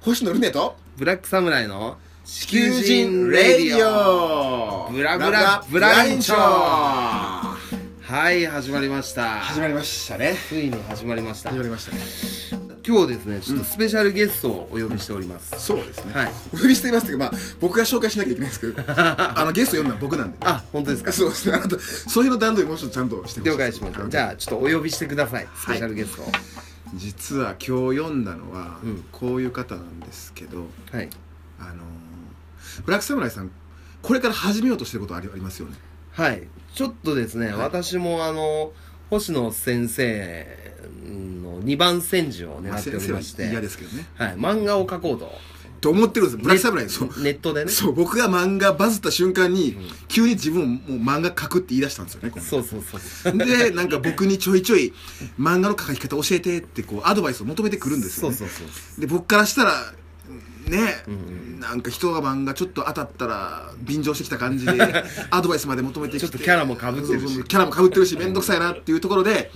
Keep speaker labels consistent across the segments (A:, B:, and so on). A: 星野ルネと
B: ブラックサムライの
A: 地
B: 地球人レディオブラブラブラインショーはい始まりました
A: 始まりましたね
B: ついに始まりました
A: 始まりましたね
B: 今日ですねちょっとスペシャルゲストをお呼びしております、
A: そうですね
B: はい
A: お呼びしていますけどまあ僕が紹介しなきゃいけないんですけ どあのゲスト呼んだの僕なんで
B: あ本当ですか
A: そうですねあなたそういうの段取りもうちょっとちゃんとしてほしい
B: 了解しましたじ
A: ゃ
B: ゃあちょっとお呼びしてくださいスペシャルゲストを
A: 実は今日読んだのは
B: うん
A: こういう方なんですけど
B: はい
A: あのーブラックサムライさんこれから始めようとしてることありありますよね
B: はいちょっとですね、
A: はい
B: 私もあの星野先生の2番煎じを狙
A: まあ
B: って
A: 先
B: おり
A: 生は
B: まして
A: 嫌ですけどね
B: はい、漫画を描こうと
A: と思ってるんですブラックサムライそう
B: ネットでね
A: そう僕が漫画バズった瞬間に、急に自分ももう漫画描くって言い出したんですよねこ
B: そうそうそうそう
A: のでなんか僕にちょいちょい漫画の描き方教えてってこうアドバイスを求めてくるんですよ、ね、
B: そうそうそう
A: で僕からしたらね、なんか人が漫画ちょっと当たったら便乗してきた感じ でアドバイスまで求めてきて
B: ちょっとキャラも被ってるし
A: そうそうそうキャラも被ってるし面倒くさいなっていうところで、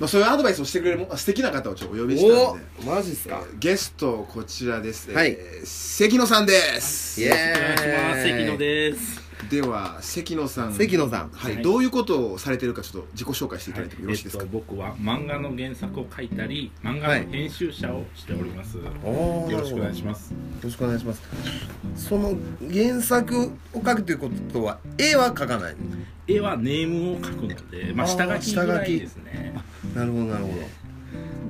A: まあ、そういうアドバイスをしてくれるも素敵な方をちょっとお呼びしたんで
B: おマジっすか
A: ゲストこちらです、
B: はい
A: えー関野さんです
B: イエ
C: お願いします
B: ーイ
C: 関野です
A: では関野さん
B: 関野さん
A: はい、
C: はい
A: どういうことをされてるかちょっと自己紹介していただいてもよろしいですか、
C: えっと、僕は漫画の原作を書いたり漫
B: は
C: 画
B: い
C: の編集者をしております、
B: おー
C: よろしくお願いします
B: よろしくお願いしますその原作を描くということは絵は描かない
C: 絵はネームを書くので、まあ、
B: あー
C: 下書きぐらいですね
B: なるほどなるほ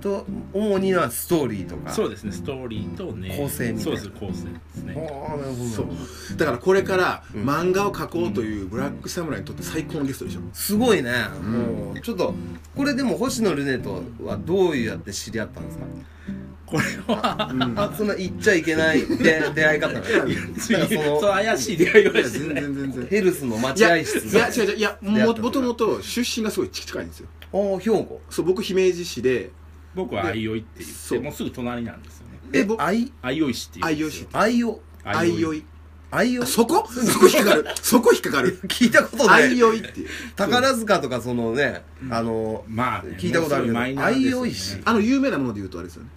B: どと主にはストーリーとか
C: そううですねストーリーとね
B: 構成みたいな
C: そうです構成です
B: ああ
C: ね
B: なるほどなる
A: そ
B: ほ
A: う
B: ど
A: だからこれから
B: うん
A: 漫画を描こうというブラックサムライにとって最高のゲストでしょ
B: すごいね、
A: ん
B: もうちょっとこれでも星野ルネとはどうやって知り合ったんですか、
C: これは
B: あそんな言っちゃいけないで出会い方なのなんかその
C: そう怪しい出会いを
A: いや
C: して
A: 全然全 然
B: ヘルスの
A: いや
B: 待
A: い
B: 合室
A: や違う違ういや
B: 出会
A: も
B: った
A: もともと出身がすごい近いんですよ
B: ああ兵庫
A: そう僕姫路市で
C: 僕は相生って言っ
A: そう
C: てもうすぐ隣なんですよね
A: え
B: え
A: 僕
B: あい
C: 相生市っていう
A: 相
C: んで
A: 生
C: す
A: 市
C: よ
B: あいお
A: 相
C: 相生
A: 生
B: あいお
A: あそこそこ引っかかるそこ引っかかる
B: 聞いたことな
A: 相
B: い
A: 生っていう
B: 宝塚とかそのね、あの
C: まあね、
B: 聞いたことあるけど
C: もうすごいマイナーですよ
B: 相生
C: ね
B: 市
A: あの有名なもので言うとあれですよね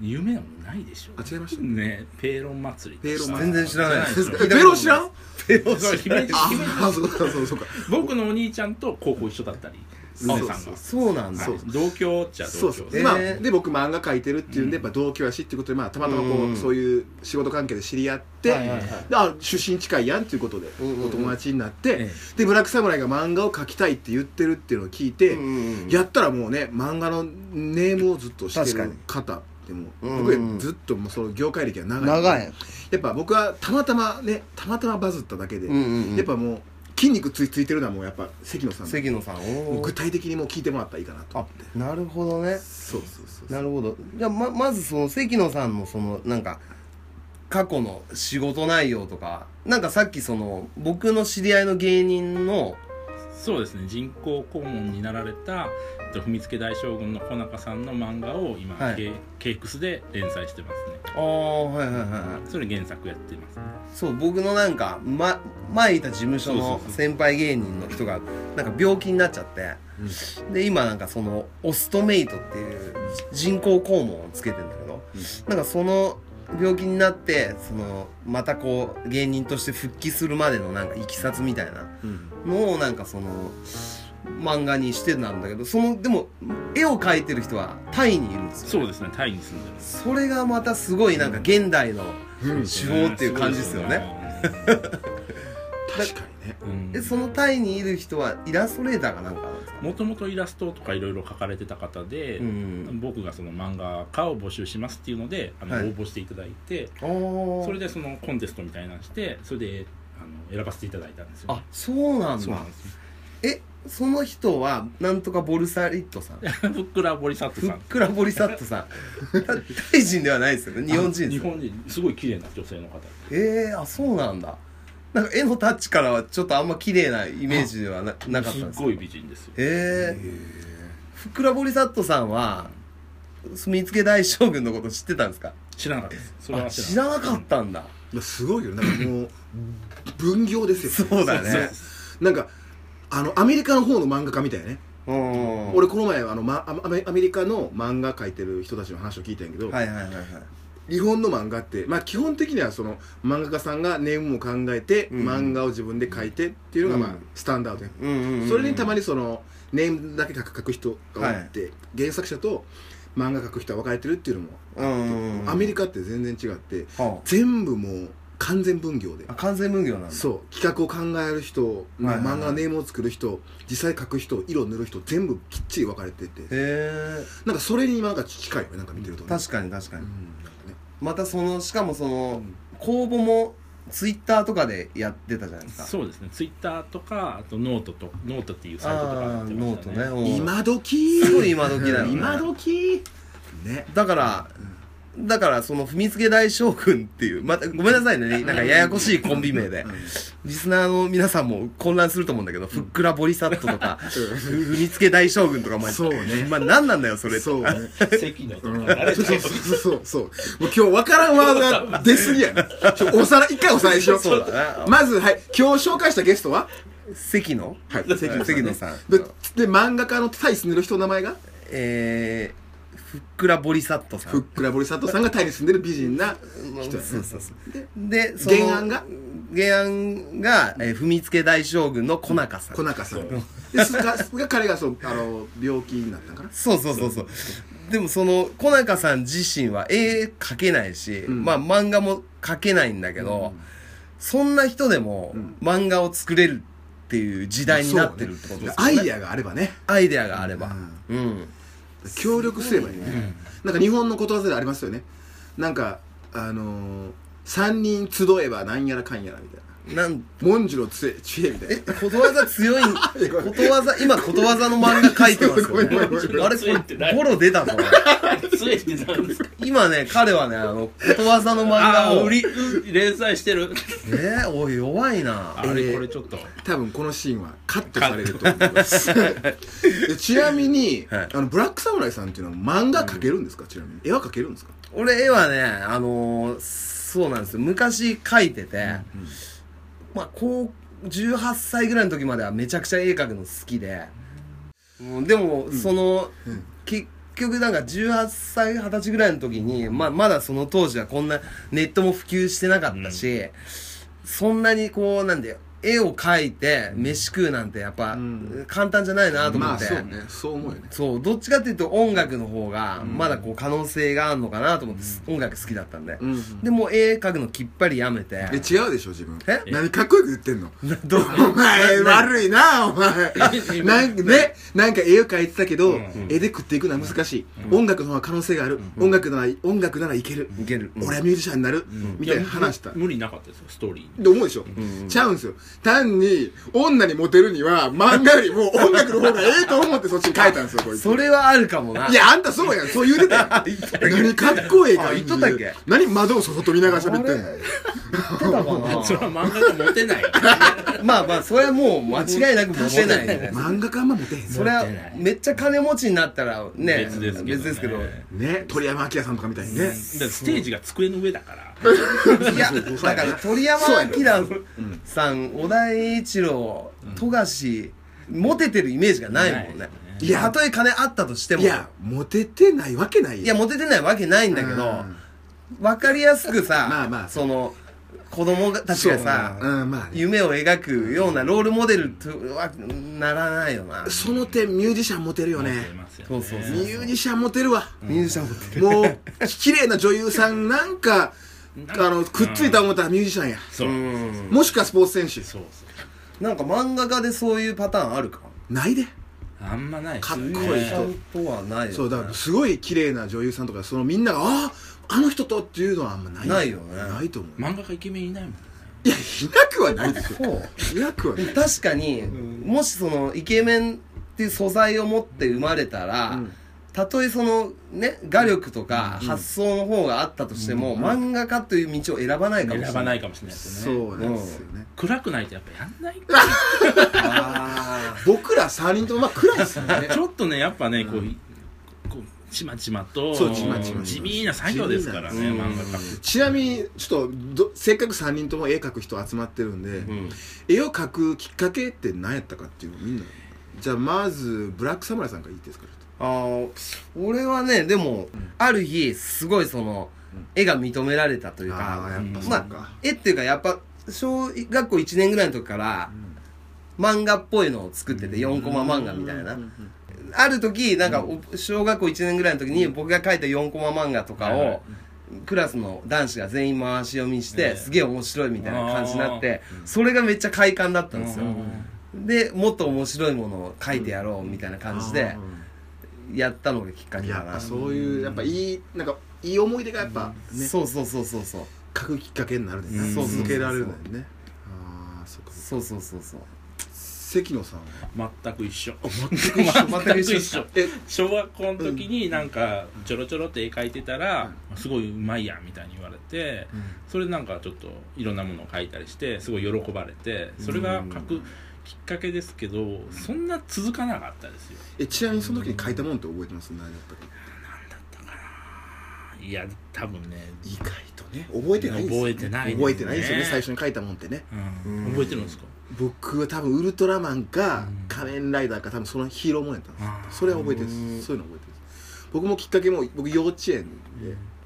C: 有名なのないでしょ
A: あ違いました
C: ねペーロン祭り
A: ペーロン祭
B: 全然知らない
C: そう
A: えベロ知らん
B: ペロ
C: そう姫路
A: あ
C: 姫路
A: あそうかそうかそうか
C: 僕のお兄ちゃんと高校一緒だったり
A: そう
C: 姉
A: そう
C: さんが
B: そうなんだ
C: はい同居っちゃ
A: そ
C: 同
A: うそ
C: 居
A: う、
B: え
C: で
B: ー
A: まあ、で僕漫画描いてるっていうんで、やっぱ同居やしっていうことで、まあ、たまたまこう、
B: うん
A: そういう仕事関係で知り合って、
B: はいはいはい
A: であ出身近いやんっていうことで、
B: んうんうん
A: お友達になって、
C: え
A: でブラックサムライが漫画を描きたいって言ってるっていうのを聞いて、
B: うんうんうん
A: やったらもうね漫画のネームをずっとしてる方でも
B: うんうん
A: 僕よりずっともうその業界歴は長い
B: 長い
A: やっぱ僕はたまたまねたまたまバズっただけで、
B: うんうんうん
A: やっぱもう筋肉ついついてるのはもうやっぱ関野さんの
B: 関野さんおー
A: もう具体的にもう聞いてもらったらいいかなと思って
B: あなるほどね
A: そうそうそう
B: なるほどじゃあままずその関野さんのそのなんか過去の仕事内容とかなんかさっきその僕の知り合いの芸人の
C: そうですね人工肛門になられたえっと踏みつけ大将軍の小中さんの漫画を今、
B: はい
C: ケケイクスで連載してますね
B: ああはいはいはいはい
C: それ原作やってます、ね、
B: そう僕のなんか、ま、前いた事務所の
C: そうそうそう
B: 先輩芸人の人がなんか病気になっちゃって、で今なんかそのオストメイトっていう人工肛門をつけてんだけど、なんかその病気になってそのまたこう芸人として復帰するまでのなんかいきさつみたいな
A: うん
B: のをなんかその漫画にしてなんだけどそのでも絵を描いてる人はタイにいるんですよ
C: そうですねタイに住んでます
B: それがまたすごいなんか現代の
A: うん
B: 手法っていう感じですよね、
A: 確かにね
C: う ん
B: えそのタイにいる人はイラストレーターがなんかなんですか
C: もともとイラストとかいろいろ書かれてた方で、
B: うん
C: 僕がその漫画家を募集しますっていうのであの、
B: はい
C: 応募していただいて
B: あー
C: それでそのコンテストみたいなのしてそれであの選ばせていただいたんですよ、
B: あそうなん
C: そう
B: だ
C: なんですよ
B: えその人はなんとかボルサリットさん
C: ふっくらボリサット
B: ふ
C: さ
B: っ
C: ん
B: くらボリサットさん タタイ人ではないですよね日本人ですよね
C: 日本人すごい綺麗な女性の方
B: えー、あそうなんだなんか絵のタッチからはちょっとあんま綺麗なイメージではななかったんです
C: すっごい美人ですよ
B: ええー、ふくらぼりさっとさんは住みつけ大将軍のこと知ってたんですか
C: 知らなかったですそれ
B: あ
C: は
B: 知
C: 知ら
B: ら
C: な
B: な
C: かった
B: かったんだ
A: いやすごいよなんかもう分業ですよ
B: そうだね
A: なんかあのアメリカの方の漫画家みたいね、
B: うん
A: 俺この前あの、ま、アメアメリカの漫画描いてる人たちの話を聞いたんやけど、
B: はいはいはいはい
A: 日本の漫画って、まあ、基本的にはその漫画家さんがネームを考えて、
B: うん
A: 漫画を自分で書いてっていうのがまあ
B: うん
A: スタンダードや、
B: うんうんうん
A: それにたまにそのネームだけ書く書く人がおって、原作者と漫画書く人は分かれてるっていうのも
B: うんうんうん
A: アメリカって全然違って
B: は
A: 全部もう完全分業で
B: ああ完全無業なんだ
A: そう企画を考える人、
B: はいはいはい
A: 漫画のネームを作る人実際書く人色を塗る人全部きっちり分かれてて
B: へ
A: なんかそれになんか近いよねなんか見てると
B: え
A: ね
B: 確かに確か
A: う
B: に、
A: んなんかね
B: またそのしかもその、
A: ん
B: 公募もツイッターとかでやってたじゃないですか
C: そうですねツイッターとかあとノートとノートっていうサイトとかや
B: あ
C: っ
B: あ
C: てま
B: ノー
C: した
B: トね
C: ね
B: うん
A: 今時
B: すごい今時だよね
A: 今時ね
B: だから、だからその踏みつけ大将軍っていうまたごめんなさいねなんかややこしいコンビ名でリスナーの皆さんも混乱すると思うんだけど、ふっくらボリサットとか、踏みつけ大将軍とかお前
A: そうね
B: まあ何なんだよそれ
A: そうね
C: 関のと
A: うん
C: か誰
A: そうそ
C: だ
A: う
C: よ
A: そうそうもう今日分からんワードが出すぎやねちょおさら一回おさらいしよう
B: そうだな
A: まずはい今日紹介したゲストは
B: 関野
A: はい
B: 関野さん
A: 関野さんでで漫画家の対住んでる人の名前が
B: えー、ふっくらボリサットさん
A: ふっくら堀里さんがタイに住んでる美人な
B: まあ
A: 人やね
B: そうそうそうでそ
A: 原案が
B: 原案が、えー踏みつけ大将軍の小中さん
A: 小中さんですがが彼がそうあの病気になったんかな
B: そうそうそうそうでもその小中さん自身は絵描けないし、
A: ん
B: まあ漫画も描けないんだけど、そんな人でも漫画を作れるっていう時代になってるってことですよね
A: アイデアがあればね
B: アイデアがあればうん、
A: 協力すればいいねなんか日本のことわざでありますよねなんかあのー、3人集えばなんやらかんやらみたいな
B: なん
A: 文殊の杖知恵みたいな
B: えことわざ強いことわざ今ことわざの漫画描いてますよ
A: ごめんごめん
B: ね
C: ごめん
B: あれこれボロ 出たぞ
C: 杖って何ですか
B: 今ね彼はねあのことわざの漫
C: あ
B: 画
C: あ
B: を
C: 売りうん連載してる
B: えー、おい弱い
C: あ
B: な
C: れこれちょっと
A: 多分このシーンはカットされると思いますでちなみに、
B: はい
A: あのブラックサムライさんっていうのは漫画描けるんですか、ちなみに絵は描けるんですか
B: 俺絵はねあのーそうなんですよ昔描いてて、まあこう18歳ぐらいの時まではめちゃくちゃ絵描くの好きで、うんでも、その、結局なんか18歳20歳ぐらいの時に、まあ、まだその当時はこんなネットも普及してなかったし、そんなにこうなんだよ絵を描いて飯食うなんてやっぱ、
A: ん
B: 簡単じゃないなと思
A: ま
B: っ
A: あ
B: て、
A: そうねそう思うよね
B: そうどっちかっていうと音楽の方がまだこう可能性があるのかなと思って、音楽好きだったんで、
A: うん
B: でもう絵描くのきっぱりやめて
A: え違うでしょ自分
B: え
A: 何かっこよく言ってんの
B: どう
A: お前悪いなお前なんかねなんか絵を描いてたけど、
C: うん
A: 絵で食っていくのは難しい、音楽の方が可能性がある、音楽なら音楽ならいける、
B: いける
A: 俺はミュージシャンになる、みたいな話した、
C: いや無無理なかったですよストーリーに
A: って思うでしょ、ちゃうんですよ単に女にモテるには漫画よりも音楽の方がええと思ってそっちに書いたんですよこいつ
B: それはあるかもない
A: やあんたそうやんそう言うてたやん何かっこええ感じ
B: あ言っとったっけ
A: 何窓を外と見ながら喋ってんの
B: あ言ってたか
C: それ
B: な
C: は漫画がモ テない
B: まあまあそれはもう間違いなくモテないね
A: 漫画家あんまモテへん
B: それは
C: モテない
B: めっちゃ金持ちになったらね
C: 別ですけどね
B: けど
A: ね鳥山明さんとかみたいにね
C: だってステージが机の上だから
B: いやだから鳥山明さん小田栄一郎富樫モテてるイメージがないもん
C: ない
B: ね
A: ね
B: いやたとえ金あったとしても
A: いやモテてないわけない
B: い
A: や
B: や
A: ん
B: モテてないわけないんだけ
A: う
B: ど
A: ん
B: 分かりやすくさ
A: まあまあ
B: その子供たちがさ
A: うんまあね
B: 夢を描くようなロールモデルとはならないよな
A: その点ミュージシャンモテるよね
C: モテますよね
B: そうそうそう
A: ミュージシャンモテるわ
B: ミュージシャンモテる
A: もう綺麗な女優さんなんかあのくっついた思ったらミュージシャンや
C: そう
B: うん
A: もしくはスポーツ選手
C: そうそう
B: なんか漫画家でそういうパターンあるか
A: ないで
C: あんまない
A: かっこいい
B: ミュージシ
C: 人
B: ャンとはないよね
A: そうだからすごい綺麗な女優さんとかそのみんながあああの人とっていうのはあんまない
B: ないよね
A: ないと思う
C: 漫画家イケメンいないもん
A: いやいなくはないですよ
B: そう
A: いなくはない
B: 確かに、もしそのイケメンっていう素材を持って生まれたら、
A: うん
B: たとえそのね画力とか発想の方があったとしても、漫画家という道を選ばないかもしれない
C: 選ばないかもしれないですね
A: そうなんですよね
C: 暗くないとやっぱやんない
B: あ
A: 僕ら3人ともまあ暗いですよね
C: ちょっとねやっぱねこうこうちまちまと
A: そうちまちまと
C: 地味な作業ですからね
B: 地味な
C: 漫画家
A: ちなみにちょっとどせっかく3人とも絵描く人集まってるんで、
B: ーうん
A: 絵を描くきっかけって何やったかっていうのみんなじゃあまずブラックサムライさんからいいですか
B: あー俺はねでも、ある日すごいその絵が認められたという
A: ああ
B: か
A: やっぱそう
B: ま
A: か、
B: あ絵っていうかやっぱ小学校1年ぐらいの時から漫画っぽいのを作ってて4コマ漫画みたいなある時なんかお小学校1年ぐらいの時に僕が描いた4コマ漫画とか
C: はいはい
B: をクラスの男子が全員回し読みし
C: ええ
B: てすげえ面白いみたいな感じになってそれがめっちゃ快感だったんですよでもっと面白いものを描いてやろうみたいな感じでやったのがきっかけ
A: や
B: か
A: っ
B: な
A: ぱ
B: そう
A: そういうやっぱいいなんかいい思い出がやっぱね
B: そうそうそうそうそう
A: 書くきっかけになるね、
C: うん
A: 続けられるんだよねああそっか
B: そうそうそうそう
A: 関野さんは
C: 全く一緒
B: 全く一緒
A: え
C: 小学校の時になんかちょろちょろって絵描いてたらすごいうまいやみたいに言われてそれでなんかちょっといろんなものを描いたりしてすごい喜ばれてそれが描くきっかけですけどそんな続かなかったですよ
A: えちなみにその時に書いたもんって覚えてます何だったか
C: いや多分ね
A: 意外とね覚えてないですよね
C: 覚えてないですね
A: 覚えてないですよね最初に書いたもんってね
C: うん覚えてるんですか
A: 僕は多分ウルトラマンか
C: うん
A: 仮面ライダーか多分そのヒーローもんやったんですよ
C: あー
A: それは覚えてるんですそういうの覚えてるんです僕もきっかけも僕幼稚園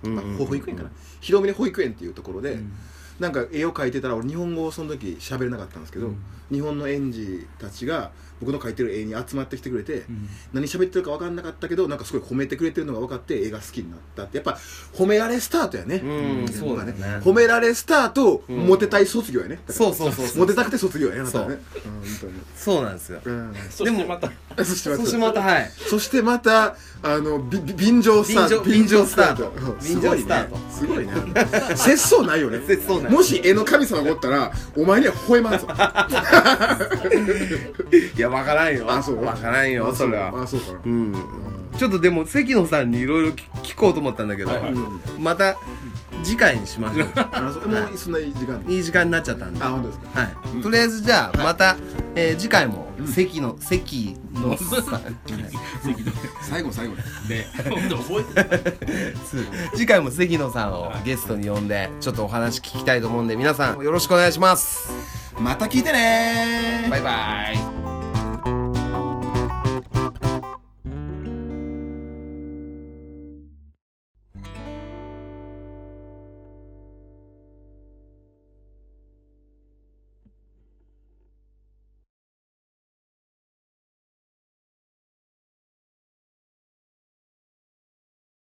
A: で、まあ、保育園かな広めで保育園っていうところで、なんか絵を描いてたら俺日本語をその時喋れなかったんですけど、
C: うん
A: 日本の園児たちが僕の描いてる絵に集まってきてくれて、
C: うん
A: 何喋ってるか分かんなかったけどなんかすごい褒めてくれてるのが分かって映画好きになったってやっぱ褒められスタートやね、
B: うんそうだね
A: 褒められスタート、
B: うん
A: モテたい卒業やねだから
B: そうそうそうそ
A: モ
B: う
A: テたくて卒業やねまたね
B: そうなんですよ
A: うん本
C: そしてまた
A: 当に、うん、そしてま
B: そ
A: た
B: してまたはい
A: そしてまたあのびび便乗スタート
B: 便乗スタート
A: うんす
B: 便
A: ご
B: 乗
A: い
B: ス
A: ね
B: タート
A: すごいね 節操ないよね
B: 節操ない
A: もし絵の神様がおったらお前には吠えまんぞ
B: いやわからんよ
A: あそう
B: わからんよ
A: あ
B: そうれは
A: あそうかな
B: うんちょっとでも関野さんにいろいろ聞こうと思ったんだけど
C: はい
A: うん
B: また次回にしましょう
A: あそうもうそんな時 間
B: いい時間になっちゃったんで
A: あ本当ですか
B: はいとりあえずじゃあまたえー次回も関野関野さん
A: 最後の最後です
C: で本当覚えてない
B: 次回も関野さんをゲストに呼んでちょっとお話聞きたいと思うんで皆さんよろしくお願いします
A: また聞いてねー
B: バイバイ